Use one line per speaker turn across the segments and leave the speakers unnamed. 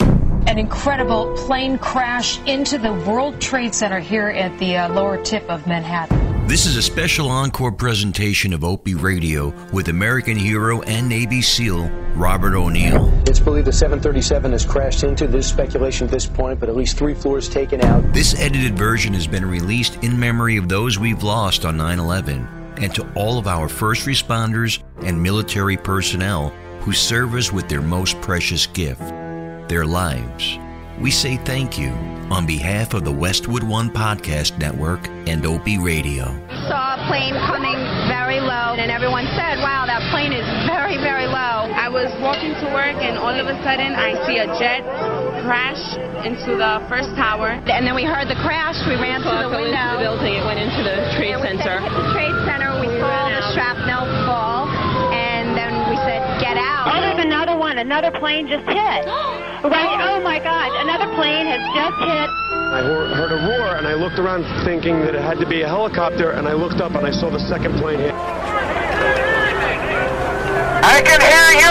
an incredible plane crash into the World Trade Center here at the uh, lower tip of Manhattan.
This is a special encore presentation of Opie Radio with American hero and Navy SEAL Robert O'Neill.
It's believed the 737 has crashed into this speculation at this point, but at least three floors taken out.
This edited version has been released in memory of those we've lost on 9 11 and to all of our first responders and military personnel who serve us with their most precious gift, their lives. We say thank you on behalf of the Westwood One Podcast Network and OP Radio.
We saw a plane coming very low, and everyone said, Wow, that plane is very, very low. I was walking to work, and all of a sudden, I see a jet crash into the first tower.
And then we heard the crash. We ran to the window.
Into the building. It went into the Trade
and
Center.
Said, hit the Trade Center. We, we saw the shrapnel fall, and then we said, "Get out!"
Oh, there's another one. Another plane just hit. right? Oh my God! Another plane has just hit.
I heard a roar, and I looked around thinking that it had to be a helicopter, and I looked up and I saw the second plane hit.
I can hear you.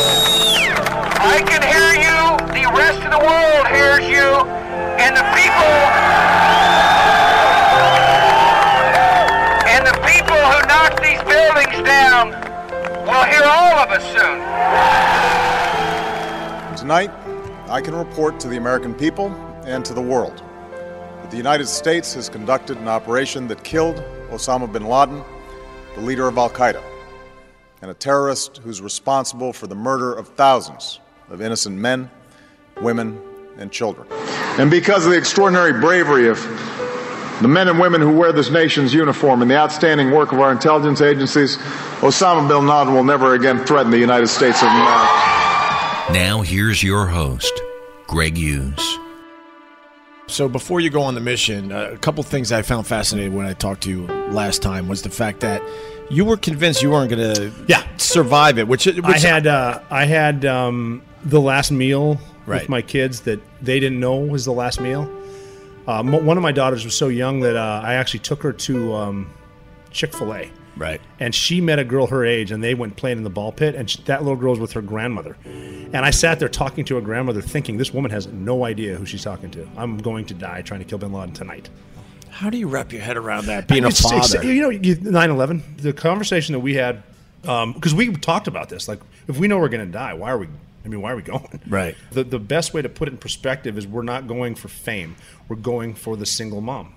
I can hear you, the rest of the world hears you, and the people and the people who knocked these buildings down will hear all of us soon.
Tonight, I can report to the American people and to the world that the United States has conducted an operation that killed Osama bin Laden, the leader of Al Qaeda, and a terrorist who's responsible for the murder of thousands of innocent men, women, and children.
And because of the extraordinary bravery of the men and women who wear this nation's uniform and the outstanding work of our intelligence agencies, Osama bin Laden will never again threaten the United States of America.
Now, here's your host, Greg Hughes.
So, before you go on the mission, uh, a couple things I found fascinating when I talked to you last time was the fact that you were convinced you weren't going to
yeah.
survive it. Which, which
I had, uh, I had um, the last meal right. with my kids that they didn't know was the last meal. Uh, m- one of my daughters was so young that uh, I actually took her to um, Chick Fil A.
Right.
And she met a girl her age, and they went playing in the ball pit. And she, that little girl was with her grandmother. And I sat there talking to her grandmother, thinking this woman has no idea who she's talking to. I'm going to die trying to kill Bin Laden tonight.
How do you wrap your head around that being it's, a father?
you know, you, 9/11. The conversation that we had, because um, we talked about this. Like, if we know we're going to die, why are we? I mean, why are we going?
Right.
The the best way to put it in perspective is we're not going for fame. We're going for the single mom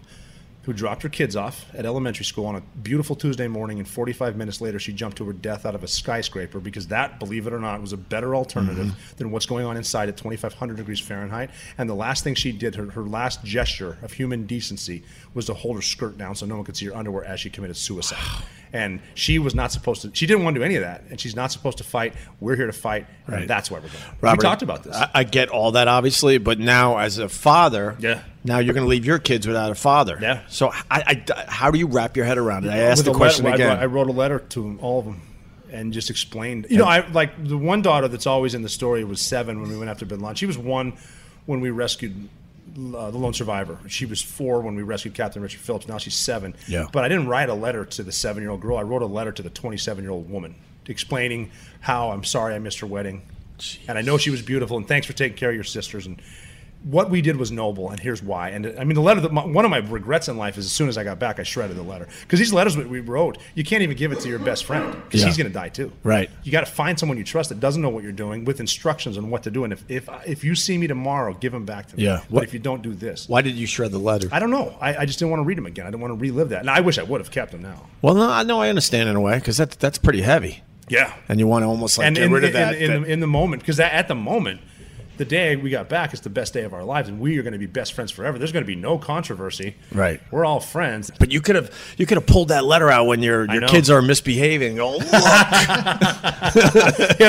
who dropped her kids off at elementary school on a beautiful Tuesday morning, and 45 minutes later, she jumped to her death out of a skyscraper because that, believe it or not, was a better alternative mm-hmm. than what's going on inside at 2,500 degrees Fahrenheit. And the last thing she did, her, her last gesture of human decency, was to hold her skirt down so no one could see her underwear as she committed suicide. Wow. And she was not supposed to. She didn't want to do any of that, and she's not supposed to fight. We're here to fight, right. and that's why we're going. Robert, we talked about this.
I, I get all that, obviously, but now as a father,
yeah.
Now you're going to leave your kids without a father.
Yeah.
So I, I, how do you wrap your head around it? I asked With the question
letter,
again.
I wrote a letter to them, all of them, and just explained. You know, I like the one daughter that's always in the story was seven when we went after Bin Laden. She was one when we rescued. Uh, the lone survivor. She was four when we rescued Captain Richard Phillips. Now she's seven.
Yeah.
But I didn't write a letter to the seven-year-old girl. I wrote a letter to the 27-year-old woman explaining how I'm sorry I missed her wedding, Jeez. and I know she was beautiful. And thanks for taking care of your sisters. And what we did was noble, and here's why. And I mean, the letter that my, one of my regrets in life is as soon as I got back, I shredded the letter because these letters that we wrote, you can't even give it to your best friend because yeah. he's going to die too.
Right.
You got to find someone you trust that doesn't know what you're doing with instructions on what to do. And if if, if you see me tomorrow, give him back to me.
Yeah.
What, but if you don't do this,
why did you shred the letter?
I don't know. I, I just didn't want to read them again. I didn't want to relive that. And I wish I would have kept them now.
Well, no, I know I understand in a way because that that's pretty heavy.
Yeah.
And you want to almost like
and
get
in,
rid of
in,
that
in, the, in the moment because at the moment the day we got back is the best day of our lives, and we are going to be best friends forever. There's going to be no controversy.
Right.
We're all friends.
But you could have you could have pulled that letter out when your your kids are misbehaving. Go look.
Hit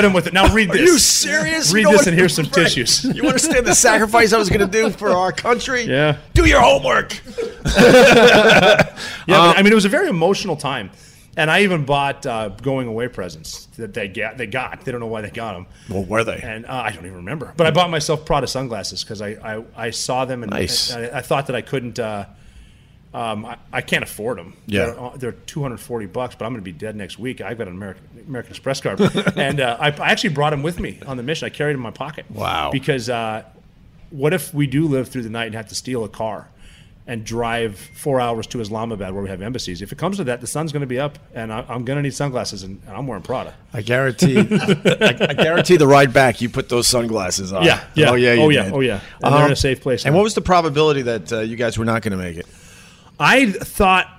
him with it. Now read this.
Are you serious?
Read no this, one, and here's some right. tissues.
You understand the sacrifice I was going to do for our country?
Yeah.
Do your homework.
yeah,
Um,
but, I mean, it was a very emotional time. And I even bought uh, going away presents that they got. They got. They don't know why they got them.
Well, were they?
And uh, I don't even remember. But I bought myself Prada sunglasses because I, I, I saw them and,
nice.
and I, I, thought that I couldn't. Uh, Um, I, I can't afford them.
Yeah.
They're, uh, they're 240 bucks, but I'm going to be dead next week. I've got an American American Express card, and uh, I, I actually brought them with me on the mission. I carried them in my pocket.
Wow.
Because uh, what if we do live through the night and have to steal a car? And drive four hours to Islamabad, where we have embassies. If it comes to that, the sun's going to be up, and I, I'm going to need sunglasses, and, and I'm wearing Prada.
I guarantee. I, I guarantee the ride back. You put those sunglasses on.
Yeah, yeah.
Oh yeah. you
Oh, yeah,
did. Um,
oh, yeah. And they're in a safe place
And
now.
what was the probability that uh, you guys were not going to make it?
I thought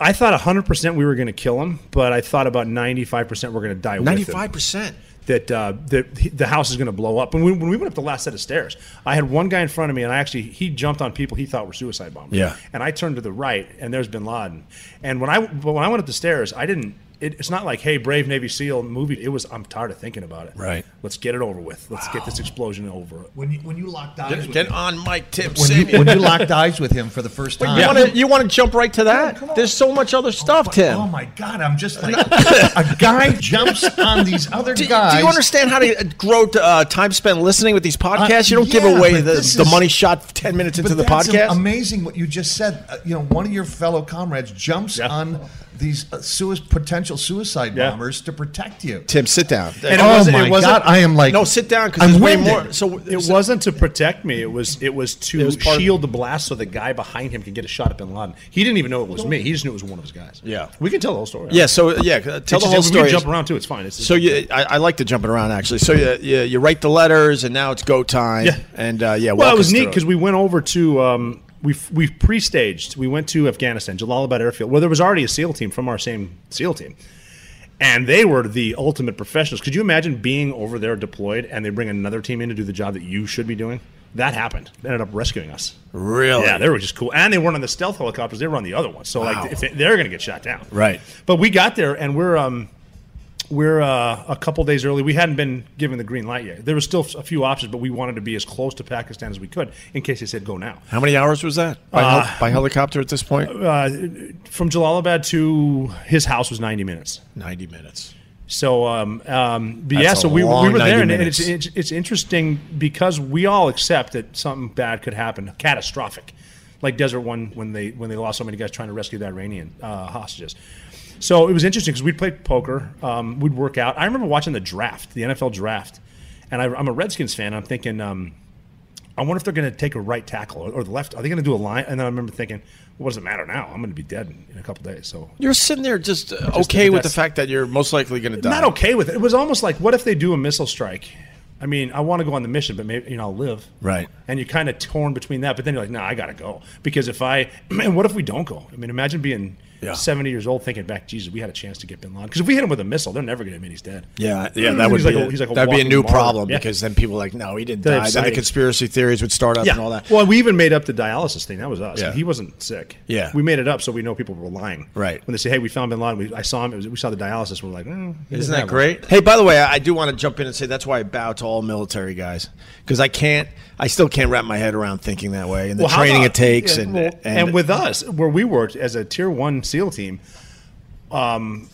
I thought 100% we were going to kill him, but I thought about 95% we're going to die with him.
95%?
That, uh, that he- the house is going to blow up. And when, when we went up the last set of stairs, I had one guy in front of me, and I actually, he jumped on people he thought were suicide bombers.
Yeah.
And I turned to the right, and there's Bin Laden. And when I, but when I went up the stairs, I didn't, it, it's not like, hey, Brave Navy SEAL movie. It was, I'm tired of thinking about it.
Right.
Let's get it over with. Let's get this explosion over.
When you when you locked eyes,
Get,
with
get
him-
on Mike Tips.
When you,
Samuel.
when you locked eyes with him for the first
But
time,
you want to you want to jump right to that? There's so much other stuff, Tim.
Oh my God! I'm just like a guy jumps on these other
do,
guys.
do you understand how to uh, grow to, uh, time spent listening with these podcasts? you don't give
yeah,
away
but
the,
this
the
is-
money shot ten minutes into the
that's am-
podcast.
Amazing what you just said. Uh, you know, one of your fellow comrades jumps on these uh, sui- potential suicide
Yeah.
bombers to protect you.
Tim, sit down.
And it Oh wasn't- it my wasn't- God, I am like-
no, sit down because
I'm
there's way
winded.
more. So
it wasn't to protect me. It was it was to
was part of-
shield the blast so the guy behind him could get a shot at Bin Laden. He didn't even know it was me. He just knew it was one of his guys.
Yeah.
we can tell the whole story.
Yeah, so, uh, yeah, uh,
It's
tell
just-
the whole
we can
story.
jump around too. It's fine. It's,
So you, I, I like to jump it around actually. So you, you, you write the letters, and now it's go time.
Yeah.
and uh, yeah.
well,
walk
it was
us
neat
through
because we went over to um, we we pre-staged. We went to Afghanistan, Jalalabad airfield, where there was already a SEAL team from our same SEAL team, and they were the ultimate professionals. Could you imagine being over there deployed and they bring another team in to do the job that you should be doing? That happened. They ended up rescuing us.
Really?
Yeah, they were just cool, and they weren't on the stealth helicopters. They were on the other one. So
Wow.
like, if they, they're going to get shot down.
right.
But we got there, and we're um, we're uh, a couple days early. We hadn't been given the green light yet. There was still a few options, but we wanted to be as close to Pakistan as we could in case they said go now.
How many hours was that by, hel-
Uh,
by helicopter at this point?
Uh, from Jalalabad to his house was ninety minutes.
Ninety minutes.
So, um, um, but
That's
yeah,
a
so we, we
long
were
90
there, and it's,
minutes.
it's it's interesting because we all accept that something bad could happen, catastrophic, like Desert One when they when they lost so many guys trying to rescue the Iranian uh, hostages. So it was interesting because we'd play poker, um, we'd work out. I remember watching the draft, the NFL draft, and I, I'm a Redskins fan. and I'm thinking. Um, I wonder if they're going to take a right tackle or, or the left. Are they going to do a line? And then I remember thinking, what does it matter now? I'm going to be dead in, in a couple days. So
You're sitting there just, uh,
Just
okay with the
that's-
fact that you're most likely going to die.
not okay with it. It was almost like, what if they do a missile strike? I mean, I want to go on the mission, but maybe you know I'll live.
Right.
And you're kind of torn between that, but then you're like, no, I gotta go because if I, man, what if we don't go? I mean, imagine being
Yeah.
70 years old thinking back, Jesus, we had a chance to get Bin Laden because if we hit him with a missile, they're never gonna admit he's dead.
Yeah, yeah, that would
he's
be
like
a,
a, he's like a
that'd be a
walking
new
martyr.
problem
Yeah.
because then people are like, no, he didn't
They're
die. Then the
excited.
conspiracy theories would start up
yeah.
and all that.
Well, we even made up the dialysis thing. That was us.
Yeah.
He wasn't sick.
Yeah.
We made it up so we know people were lying.
Right.
When they say, hey, we found Bin Laden, we, I saw him. It was, we saw the dialysis. We're like, mm, he doesn't
Isn't
have
that
one.
great? Hey, by the way, I I do want to jump in and say that's why I bow to all military guys because I can't, I still can't wrap my head around thinking that way and the
Well, how
training
about-
it takes
yeah,
and,
well,
and
with us where we worked as a tier one SEAL team, um,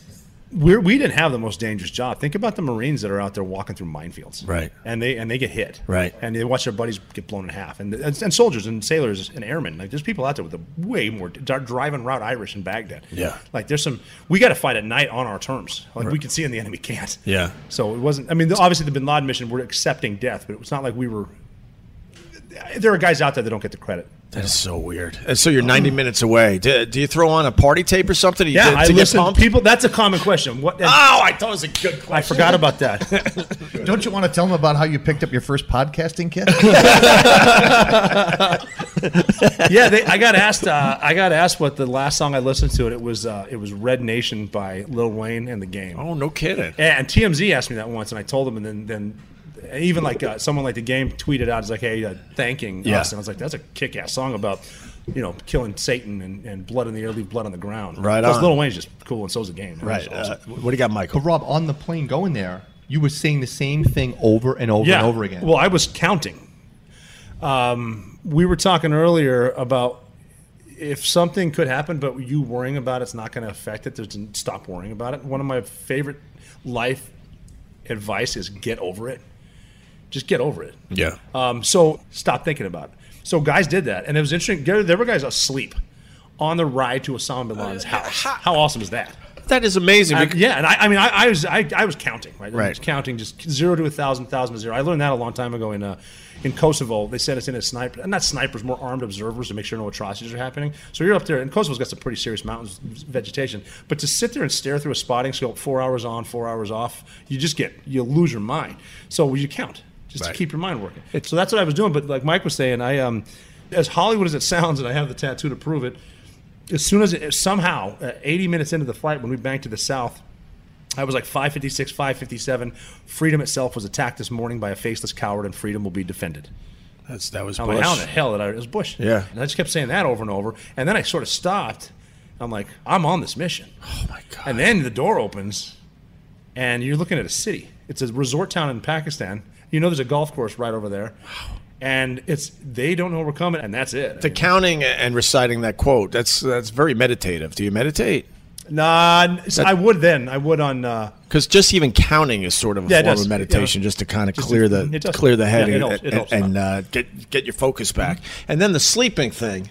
we're, we didn't have the most dangerous job. Think about the Marines that are out there walking through minefields,
Right.
And they and they get hit,
Right.
And they watch their buddies get blown in half, and and, and soldiers and sailors and airmen. Like there's people out there with a way more they're driving route Irish in Baghdad.
Yeah.
like there's some we got to fight at night on our terms. Like we can see and the enemy can't.
Yeah.
So it wasn't. I mean, the- obviously the Bin Laden mission, we're accepting death, but it was not like we were. There are guys out there that don't get the credit.
That is so weird. And so you're 90 minutes away. Do, do you throw on a party tape or something? You
Um, Yeah,
did-
I
to get
listen.
pumped?
People, that's a common question. What? Oh,
I thought it was a good question.
I forgot about that.
Don't you want to tell them about how you picked up your first podcasting kit?
yeah, they, I got asked. Uh, I got asked what the last song I listened to, and it was uh, it was Red Nation by Lil Wayne and the Game.
Oh, no kidding.
And TMZ asked me that once, and I told them, and then then even like uh, someone like the Game tweeted out, "It's like, hey, uh, thanking
Yeah.
us," and I was like, "That's a kick-ass song about." You know, killing Satan and, and blood in the air, leave blood on the ground.
Right
Plus,
on.
Little Wayne's just cool, and so's the game.
Right.
It's awesome.
Uh, what do you got, Michael?
But Rob, on the plane going there, you were saying the same thing over and over and over again.
Well, I was counting. Um, we were talking earlier about if something could happen, but you worrying about it's not going to affect it. There's stop worrying about it. One of my favorite life advice is get over it. Just get over it.
Yeah.
Uh, Um, so stop thinking about it. So guys did that, and it was interesting. There there were guys asleep on the ride to Osama bin Laden's house. Uh, How awesome is that?
That is amazing.
And, yeah, and I, I mean, I, I was I, I was counting, right? I
Right.
was counting just zero to a thousand, thousand to zero. I learned that a long time ago in uh, in Kosovo. They sent us in as snipers, not snipers, more armed observers to make sure no atrocities are happening. So you're up there, and Kosovo's got some pretty serious mountains vegetation. But to sit there and stare through a spotting scope, four hours on, four hours off, you just get you lose your mind. So you count just
Right.
to keep your mind working. so that's what I was doing. But like Mike was saying, I um, as Hollywood as it sounds, and I have the tattoo to prove it as soon as it, somehow uh, 80 minutes into the flight when we banked to the south i was like 556 557 freedom itself was attacked this morning by a faceless coward and freedom will be defended
That's that was
I'm
Bush.
like, how in the hell did I? It was Bush.
Yeah.
And I just kept saying that over and over. And then I sort of stopped. I'm like, I'm on this mission. Oh my god. And then the door opens, and you're looking at a city. It's a resort town in Pakistan. You know, there's a golf course right over there. And it's they don't know we're coming, and that's it.
The counting and reciting that quote. That's that's very meditative. Do you meditate?
Nah, n- so I would then. I would on. Uh,
Because just even counting is sort of a
Yeah, it
form
does.
of meditation,
Yeah.
just to kind of
Just
clear
it-
the
it does.
clear the head
Yeah, it
and,
helps. It helps a
and, uh, get get your focus back. And then the sleeping thing. Do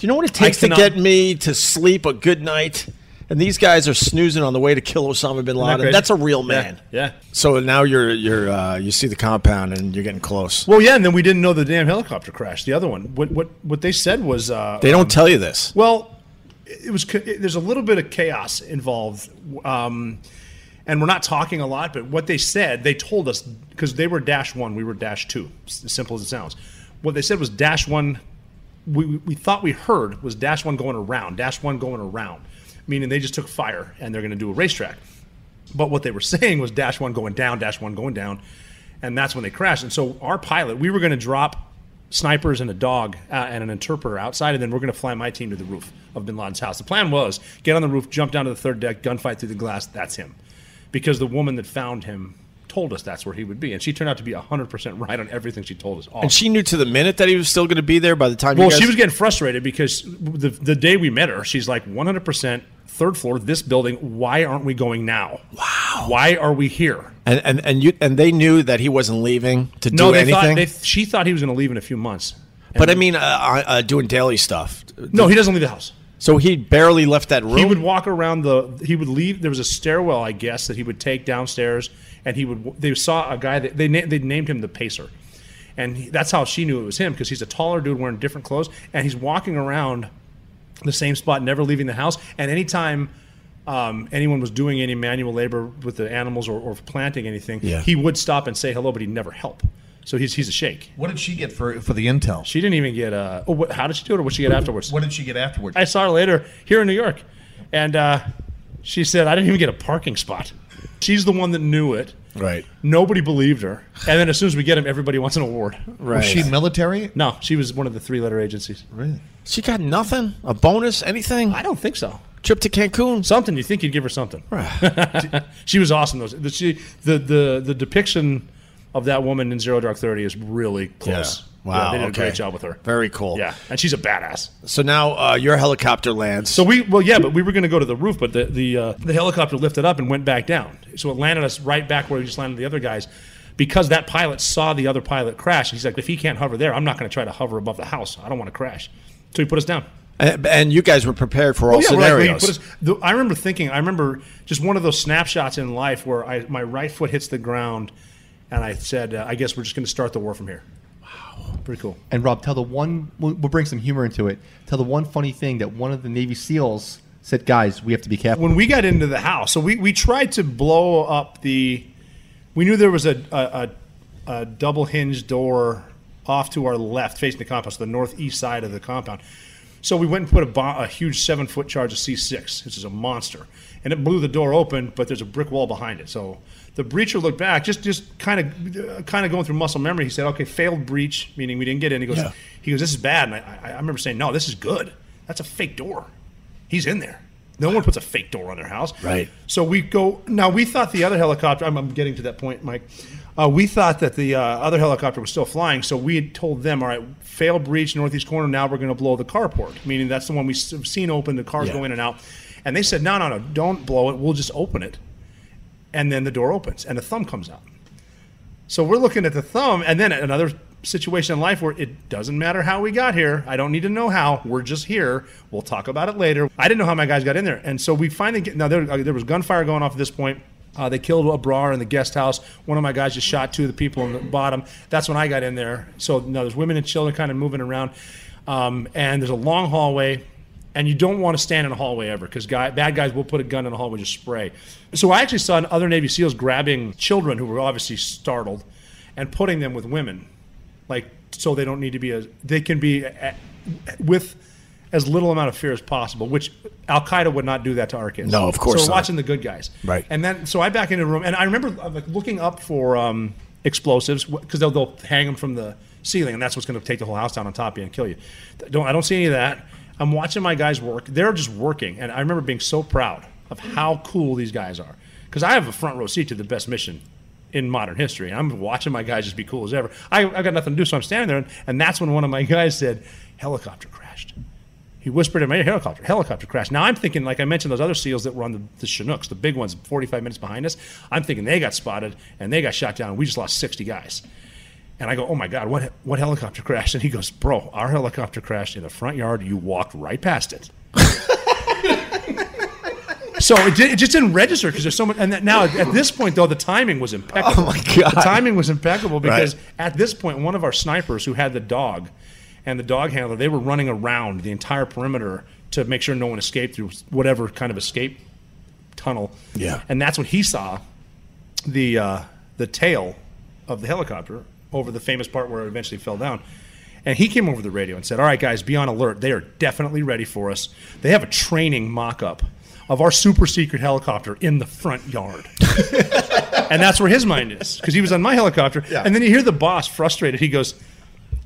you know what it
I
takes to
cannot-
get me to sleep a good night? And these guys are snoozing on the way to kill Osama bin
Isn't that
Laden.
crazy?
That's a real
Yeah,
man.
yeah.
So now you're you're uh, you see the compound and you're getting close.
Well, yeah, and then we didn't know the damn helicopter crash. The other one. What what what they said was uh,
They don't
um,
tell you this.
Well, it was co- it- there's a little bit of chaos involved, um, and we're not talking a lot. But what they said, they told us because they were dash one, we were dash two. s- As simple as it sounds. What they said was dash one. We, we- we thought we heard was dash one going around, dash one going around, meaning they just took fire and they're going to do a racetrack. But what they were saying was dash one going down, dash one going down, and that's when they crashed. And so our pilot, we were going to drop snipers and a dog uh, and an interpreter outside, and then we're going to fly my team to the roof of Bin Laden's house. The plan was get on the roof, jump down to the third deck, gunfight through the glass. That's him, because the woman that found him told us that's where he would be, and she turned out to be hundred percent right on everything she told us. All
And she knew to the minute that he was still going to be there by the time.
Oh. well,
you guys,
she was getting frustrated because the, the day we met her, she's like, 100% third floor, this building. Why aren't we going now? Wow. Why are we here?
and, and and you and they knew that he wasn't leaving to
no,
do
they
anything.
thought they, she thought he was going to leave in a few months.
but I mean, uh, uh, doing daily stuff.
No, he doesn't leave the house.
So he barely left that room.
He would walk around the. He would leave. There was a stairwell, I guess, that he would take downstairs, and he would. They saw a guy that they na- they named him the Pacer, and he, that's how she knew it was him because he's a taller dude wearing different clothes, and he's walking around the same spot, never leaving the house. And anytime um, anyone was doing any manual labor with the animals or, or planting anything,
Yeah.
he would stop and say hello, but he'd never help. So he's he's a shake.
What did she get for for the intel?
She didn't even get. Uh, oh, what, how did she do it, or what she get afterwards?
What did she get afterwards?
I saw her later here in New York, and uh, she said I didn't even get a parking spot. She's the one that knew it.
Right.
Nobody believed her, and then as soon as we get him, everybody wants an award.
Was she military?
No, she was one of the three-letter agencies.
Really?
She got nothing, a bonus, anything.
I don't think so.
Trip to Cancun,
something. You think you'd give her something? she was awesome. Those the, she the the the depiction of that woman in Zero Dark Thirty is really close.
Yeah. Wow,
they did
okay.
a great job with her.
Very cool.
Yeah, and she's a badass.
So now uh, your helicopter lands.
So we well yeah, but we were going to go to the roof, but the the uh, the helicopter lifted up and went back down. So it landed us right back where we just landed the other guys. Because that pilot saw the other pilot crash, he's like, if he can't hover there, I'm not going to try to hover above the house. I don't want to crash. So he put us down.
and, and you guys were prepared for all
Oh, yeah, we're like, well, you
scenarios.
put us- the- I remember thinking, I remember just one of those snapshots in life where I, my right foot hits the ground, and I said, uh, I guess we're just going to start the war from here. Wow, pretty cool.
And Rob, tell the one we'll, we'll bring some humor into it. Tell the one funny thing that one of the Navy SEALs said, "Guys, we have to be careful."
When we got into the house, so we, we tried to blow up the. We knew there was a, a, a, a double hinge door off to our left, facing the compound, so the northeast side of the compound. So we went and put a, bomb, a huge seven foot charge of C6, which is a monster, and it blew the door open. But there's a brick wall behind it. So the breacher looked back, just just kind of kind of going through muscle memory. He said, "Okay, failed breach, meaning we didn't get in." He goes,
Yeah.
"He goes, this is bad." And I, I, I remember saying, "No, this is good. That's a fake door. He's in there. No one puts a fake door on their house."
Right.
So we go now. We thought the other helicopter. I'm, I'm getting to that point, Mike. Uh, we thought that the uh, other helicopter was still flying, so we had told them, "All right, fail breach northeast corner. Now we're going to blow the carport, meaning that's the one we've seen open. The cars
Yeah.
go in and out." And they said, "No, no, no, don't blow it. We'll just open it." And then the door opens, and the thumb comes out. So we're looking at the thumb, and then another situation in life where it doesn't matter how we got here. I don't need to know how. We're just here. We'll talk about it later. I didn't know how my guys got in there, and so we finally get. Now there, uh, there was gunfire going off at this point. Uh, they killed a brar in the guest house. One of my guys just shot two of the people on the bottom. That's when I got in there. So now there's women and children kind of moving around, um, and there's a long hallway and you don't want to stand in a hallway ever because guy, bad guys will put a gun in a hallway just spray. So I actually saw other Navy SEALs grabbing children who were obviously startled and putting them with women, like so they don't need to be as they can be a- with as little amount of fear as possible. Which Al Qaeda would not do that to our kids.
No, of course
So we're
not.
watching the good guys,
Right.
And then so I back into the room and I remember uh, like looking up for um, explosives because they'll, they'll hang them from the ceiling and that's what's going to take the whole house down on top of you and kill you. Don't I don't see any of that. I'm watching my guys work. They're just working, and I remember being so proud of how cool these guys are because I have a front row seat to the best mission in modern history. And I'm watching my guys just be cool as ever. I, I got nothing to do, so I'm standing there, and, and that's when one of my guys said, "Helicopter crashed." He whispered in my ear, "Helicopter, helicopter crashed." Now I'm thinking, like I mentioned, those other SEALs that were on the, the Chinooks, the big ones, 45 minutes behind us. I'm thinking they got spotted and they got shot down. and We just lost 60 guys. And I go, "Oh my God, what what helicopter crashed?" And he goes, "Bro, our helicopter crashed in the front yard. You walked right past it." so it, did, it just didn't register because there's so much. And that now at this point, though, the timing was impeccable.
Oh, my God.
The timing was impeccable
Right.
because at this point, one of our snipers who had the dog and the dog handler, they were running around the entire perimeter to make sure no one escaped through whatever kind of escape tunnel.
Yeah.
And that's when he saw the uh, the tail of the helicopter over the famous part where it eventually fell down. And he came over the radio and said, "All right, guys, be on alert. They are definitely ready for us. They have a training mock-up of our super secret helicopter in the front yard." and that's where his mind is because he was on my helicopter. And then you hear the boss frustrated. He goes,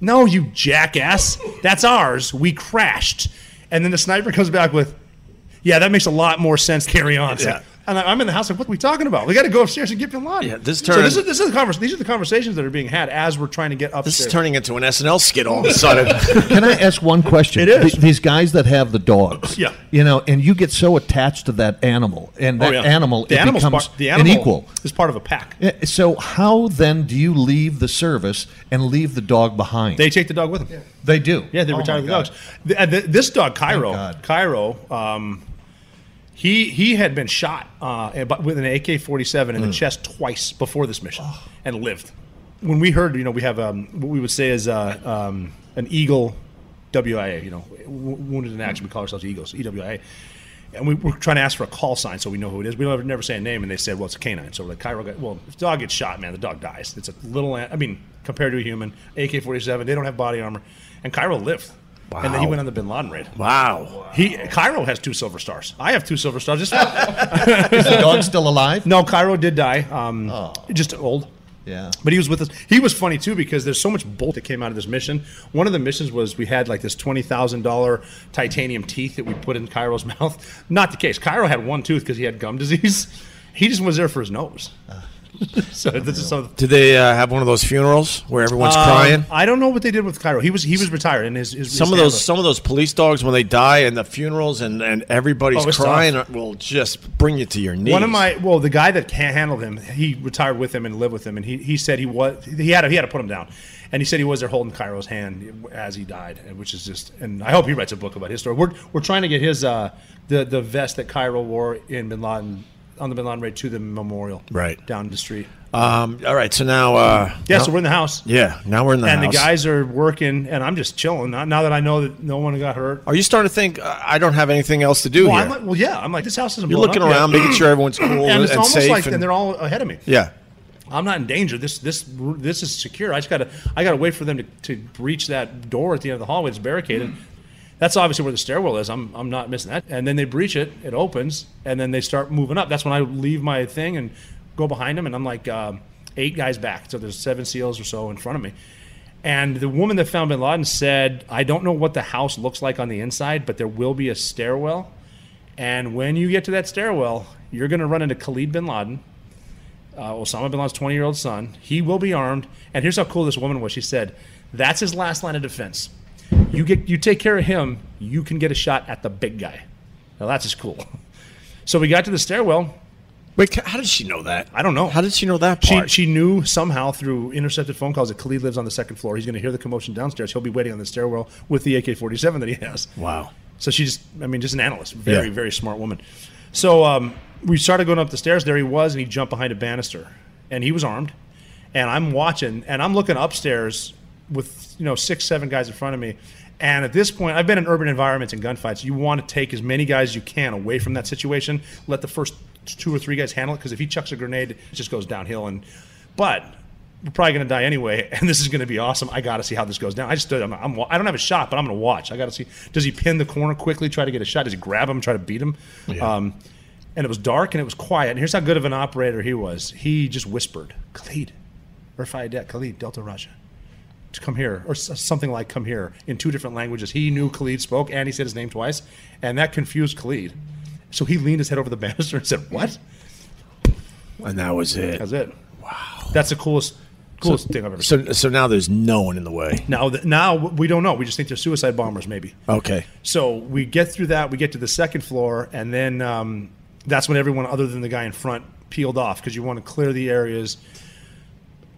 "No, you jackass! That's ours. We crashed." And then the sniper comes back with, "Yeah, that makes a lot more sense. Carry on." It's like,
Yeah.
and I- I'm in the house like, "What are we talking about? We got to go upstairs and get Bin Laden."
Yeah, this
So
turned-
this is this is the convers- These are the conversations that are being had as we're trying to get upstairs.
This is turning into an SNL skit all of a sudden.
Can I ask one question?
It is.
Th- these guys that have the dogs.
Yeah.
You know, and you get so attached to that animal, and that
Oh, yeah.
animal
the
it
animal's
becomes
part, the animal
an equal.
is part of a pack.
Yeah, So how then do you leave the service and leave the dog behind?
They take the dog with them.
They do.
Yeah, they
Oh
retire
my
the
God.
dogs. Th- uh, th- this dog, Cairo, Cairo, um, he he had been shot uh, ab- with an AK forty seven in the chest twice before this mission and lived. When we heard, you know, we have um, what we would say is uh, um, an eagle, WIA. You know, w- wounded in action. We call ourselves eagles, E EWIA. And we were trying to ask for a call sign so we know who it is. We don't ever, never say a name, and they said, "Well, it's a canine." So we're like, "Cairo, got, well, if the dog gets shot, man, the dog dies. It's a little, an- I mean, compared to a human, AK-47, they don't have body armor." And Cairo lived, and then he
Wow.
went on the Bin Laden raid.
wow.
He Cairo has two silver stars. I have two silver stars. Just
Is the dog still alive?
No, Cairo did die. Um, just old.
Yeah.
But he was with us. He was funny too because there's so much bolt that came out of this mission. One of the missions was we had like this twenty thousand dollar titanium teeth that we put in Cairo's mouth. Not the case. Cairo had one tooth because he had gum disease. He just was there for his nose. so this is some.
Did they uh, have one of those funerals where everyone's
Um,
crying?
I don't know what they did with Cairo. He was he was retired and his, his
Some
his
of those,
handler-
some of those police dogs, when they die, and the funerals, and, and everybody's
Oh, it's
crying, uh,
tough.
will just bring you to your knees.
One of my well, the guy that can handled him, he retired with him and lived with him, and he, he said he was he had to, he had to put him down, and he said he was there holding Cairo's hand as he died, and which is just and I hope he writes a book about his story. We're we're trying to get his uh the the vest that Cairo wore in Bin Laden on the Bin Laden raid to the memorial
Right.
down the street.
Um, all right, so now, uh,
Yeah,
now-
so we're in the house.
Yeah, now we're in the
and
house.
the guys are working, and I'm just chilling now now that I know that no one got hurt.
are you starting to think uh, I don't have anything else to do
well,
here?
I'm like, well, yeah, I'm like this house isn't.
You're
blown
looking
up yet.
around, making sure everyone's cool
and it's
and
almost
safe
like
and-
and they're all ahead of me.
yeah,
I'm not in danger. This this this is secure. I just gotta I gotta wait for them to, to breach that door at the end of the hallway. It's barricaded. That's obviously where the stairwell is. I'm I'm not missing that. And then they breach it. It opens, and then they start moving up. That's when I leave my thing and go behind them, and I'm like um, eight guys back. So there's seven seals or so in front of me. And the woman that found Bin Laden said, "I don't know what the house looks like on the inside, but there will be a stairwell." And when you get to that stairwell, you're going to run into Khalid bin Laden, uh, Osama bin Laden's 20 year old son. He will be armed. And here's how cool this woman was. She said, "That's his last line of defense. You get, you take care of him. You can get a shot at the big guy. Now that's just cool." So we got to the stairwell,
Wait, ca- how did she know that?
I don't know.
How did she know that
She,
part?
she knew somehow through intercepted phone calls that Khalid lives on the second floor. He's going to hear the commotion downstairs. He'll be waiting on the stairwell with the AK 47 that he has.
Wow.
So she just, I mean, just an analyst. Very,
Yeah.
very smart woman. So um, we started going up the stairs. There he was, and he jumped behind a banister. And he was armed. And I'm watching, and I'm looking upstairs with, you know, six, seven guys in front of me. And at this point, I've been in urban environments and gunfights. You want to take as many guys as you can away from that situation. Let the first two or three guys handle it because if he chucks a grenade, it just goes downhill. And but we're probably going to die anyway, and this is going to be awesome. I got to see how this goes down. I just stood. I'm, I'm, I don't have a shot, but I'm going to watch. I got to see. Does he pin the corner quickly? Try to get a shot. Does he grab him? Try to beat him? Um, and it was dark and it was quiet. And here's how good of an operator he was. He just whispered, "Khalid, Rafayette, Khalid, Delta Russia." to come here or s- something like come here in two different languages. He knew Khalid spoke and he said his name twice, and that confused Khalid. So he leaned his head over the banister and said, "What?"
and that was it.
That's it. Wow. That's the coolest coolest thing I've ever seen.
So, so now there's no one in the way.
Now, th- now we don't know. We just think they're suicide bombers, maybe.
Okay.
So we get through that. We get to the second floor, and then um, that's when everyone other than the guy in front peeled off because you want to clear the areas,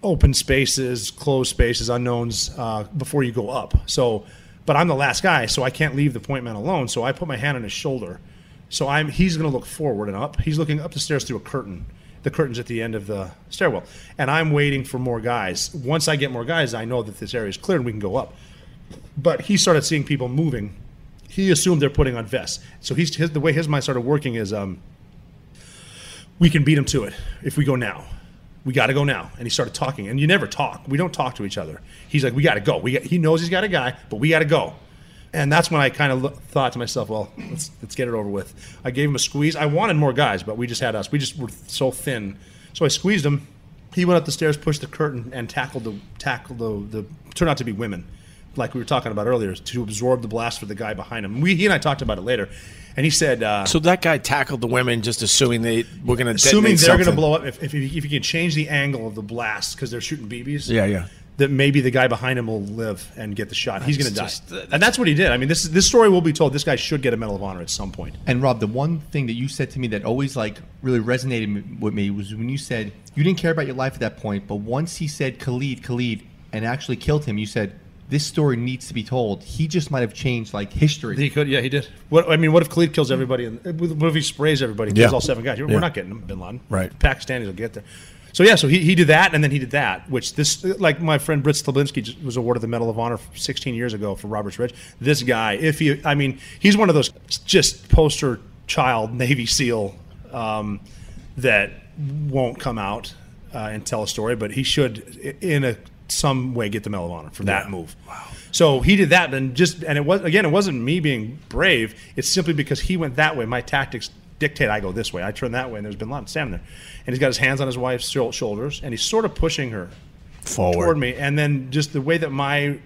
open spaces, closed spaces, unknowns uh, before you go up. So, but I'm the last guy, so I can't leave the point man alone. So I put my hand on his shoulder. So I'm he's going to look forward and up. He's looking up the stairs through a curtain. The curtain's at the end of the stairwell, and I'm waiting for more guys. Once I get more guys, I know that this area is clear and we can go up. But he started seeing people moving he assumed they're putting on vests. So he's his, the way his mind started working is um, we can beat him to it if we go now. We got to go now. And he started talking. And you never talk. We don't talk to each other. He's like, we got to go. We got, he knows he's got a guy, but we got to go. And that's when I kind of lo- thought to myself, well, let's let's get it over with. I gave him a squeeze. I wanted more guys, but we just had us. We just were so thin. So I squeezed him. He went up the stairs, pushed the curtain, and tackled the tackled the, the turned out to be women, like we were talking about earlier, to absorb the blast for the guy behind him. We he and I talked about it later, and he said, uh,
So that guy tackled the women just assuming they were going to
assuming they're
going to
blow up, if, if you- if you can change the angle of the blast because they're shooting BBs,
Yeah, yeah.
that maybe the guy behind him will live and get the shot. He's going to
That's
die,
just- uh,
and that's what he did. I mean, this this story will be told. This guy should get a Medal of Honor at some point.
And Rob, the one thing that you said to me that always like really resonated m- with me was when you said you didn't care about your life at that point, but once he said Khalid, Khalid, and actually killed him, you said this story needs to be told. He just might have changed like history.
He could, yeah, he did. What I mean, what if Khalid kills everybody? And uh, what if he sprays everybody? Kills
Yeah.
all seven guys? We're
Yeah.
not getting him, Bin Laden.
Right.
Pakistanis will get there. So yeah, so he, he did that, and then he did that. Which this, like my friend Britt Slabinski j- was awarded the Medal of Honor 16 years ago for Roberts Ridge. This guy, if he, I mean, he's one of those just poster child Navy SEAL um, that won't come out uh, and tell a story, but he should, i- in a some way, get the Medal of Honor for that
Yeah.
move. So he did that, and just and it was again, it wasn't me being brave. It's simply because he went that way. My tactics dictate I go this way. I turn that way, and there's Bin Laden standing there, and he's got his hands on his wife's shou- shoulders, and he's sort of pushing her
Forward.
toward me, and then just the way that my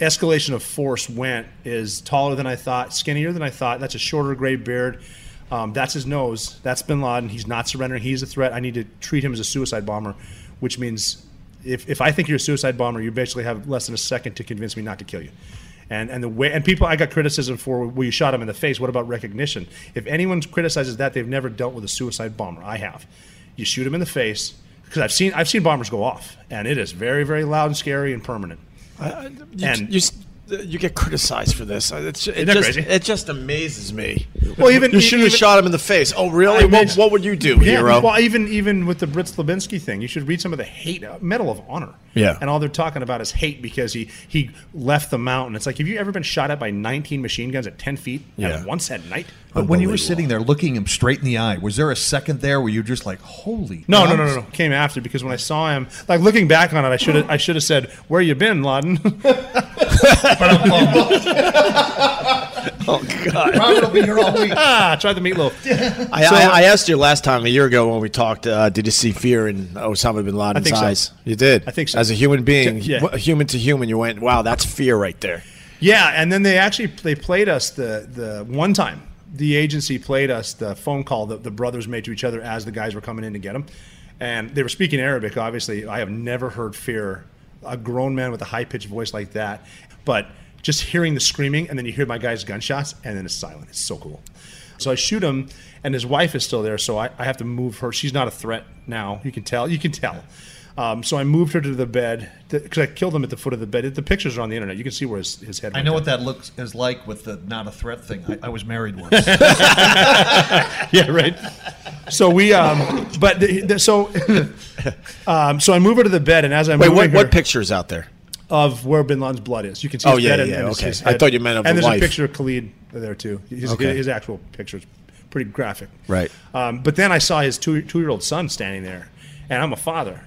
escalation of force went is taller than I thought, skinnier than I thought. That's a shorter gray beard. Um, that's his nose. That's Bin Laden. He's not surrendering. He's a threat. I need to treat him as a suicide bomber, which means if, if I think you're a suicide bomber, you basically have less than a second to convince me not to kill you. And, and the way and people I got criticism for well you shot him in the face. What about recognition? If anyone criticizes that, they've never dealt with a suicide bomber. I have. You shoot him in the face because I've seen I've seen bombers go off, and it is very very loud and scary and permanent.
You,
And-
you, s- you get criticized for this. It's, it,
Isn't that
just,
crazy?
it just amazes me.
Well, even- e-
you should have
even-
shot him in the face. Oh, really?
I
What,
mean-
what would you do,
Yeah,
hero?
Well, even even with the Brits Levinsky thing, you should read some of the hate uh, Medal of Honor.
Yeah.
and all they're talking about is hate because he he left the mountain. It's like, have you ever been shot at by 19 machine guns at 10 feet
Yeah.
at once at night?
But when you were sitting there looking him straight in the eye, was there a second there where you're just like, holy?
No, no,
God.
no, no, no. Came after because when I saw him, like looking back on it, I should have I should have said, "Where you been, Laden?"
oh, God.
Robert will be here all week.
ah, try the meatloaf.
I,
So-
I, I asked you last time, a year ago when we talked, uh, did you see fear in Osama bin Laden's
think so.
eyes? You did.
I think so.
As a human being,
Yeah.
hu- human to human, you went, wow, that's fear right there.
Yeah, and then they actually they played us the the one time the agency played us the phone call that the brothers made to each other as the guys were coming in to get them, and they were speaking Arabic. Obviously, I have never heard fear a grown man with a high pitched voice like that, but just hearing the screaming and then you hear my guys gunshots and then it's silent. It's so cool. So I shoot him, and his wife is still there. So I, I have to move her. She's not a threat now. You can tell. You can tell. Um, so I moved her to the bed because I killed him at the foot of the bed. The pictures are on the internet. You can see where his, his head.
I know what that looks is like with the not a threat thing. I, I was married once.
yeah, right. So we, um, but the, the, so, um, so I move her to the bed, and as I
wait,
move
what
her,
what picture is out there?
of where Bin Laden's blood is. You can see.
Oh,
his
yeah,
head and-
yeah,
and his-
okay.
his
I
head.
thought you meant of
And
the
there's
wife.
a picture of Khalid there too. His,
Okay.
his actual picture is pretty graphic.
Right.
Um, but then I saw his two two year old son standing there, and I'm a father,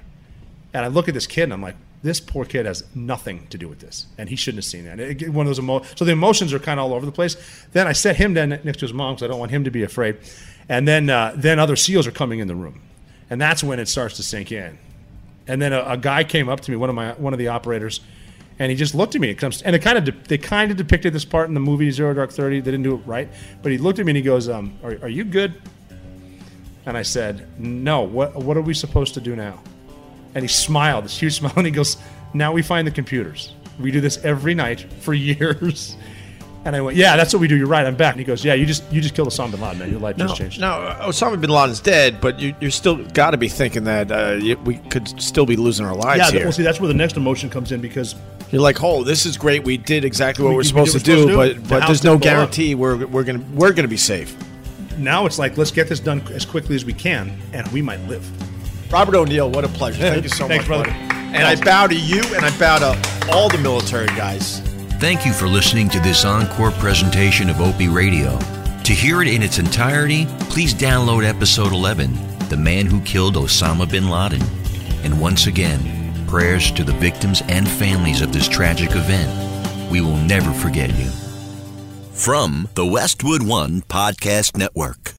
and I look at this kid and I'm like, this poor kid has nothing to do with this, and he shouldn't have seen that. It- one of those emo- so the emotions are kind of all over the place. Then I set him down next to his mom because I don't want him to be afraid, and then uh, then other seals are coming in the room, and that's when it starts to sink in. And then a, a guy came up to me, one of my one of the operators, and he just looked at me. It comes and it kind of de- they kind of depicted this part in the movie Zero Dark Thirty. They didn't do it right, but he looked at me and he goes, um, are, "Are you good?" And I said, "No. What what are we supposed to do now?" And he smiled, this huge smile, and he goes, "Now we find the computers. We do this every night for years." And I went, "Yeah, that's what we do. You're right. I'm back." And he goes, "Yeah, you just you just killed Osama bin Laden, man. Your life
No,
just changed."
no, Osama bin Laden's dead, but you, you're still got to be thinking that uh, you, we could still be losing our lives
yeah,
here.
well, see, that's where the next emotion comes in because
You're like, oh, this is great. We did exactly what
We-
we, are
we did
supposed to
what we're
do,
supposed to do.
but
The
but
house
there's no
didn't blow up.
guarantee we're we're gonna we're gonna be safe.
now it's like let's get this done as quickly as we can, and we might live.
Robert O'Neill, what a pleasure. Thank you so
Thanks,
much,
brother.
buddy. And I bow to you, and I bow to all the military guys.
Thank you for listening to this encore presentation of Opie Radio. To hear it in its entirety, please download episode 11 The Man Who Killed Osama bin Laden. And once again, prayers to the victims and families of this tragic event. We will never forget you.
From the Westwood One Podcast Network.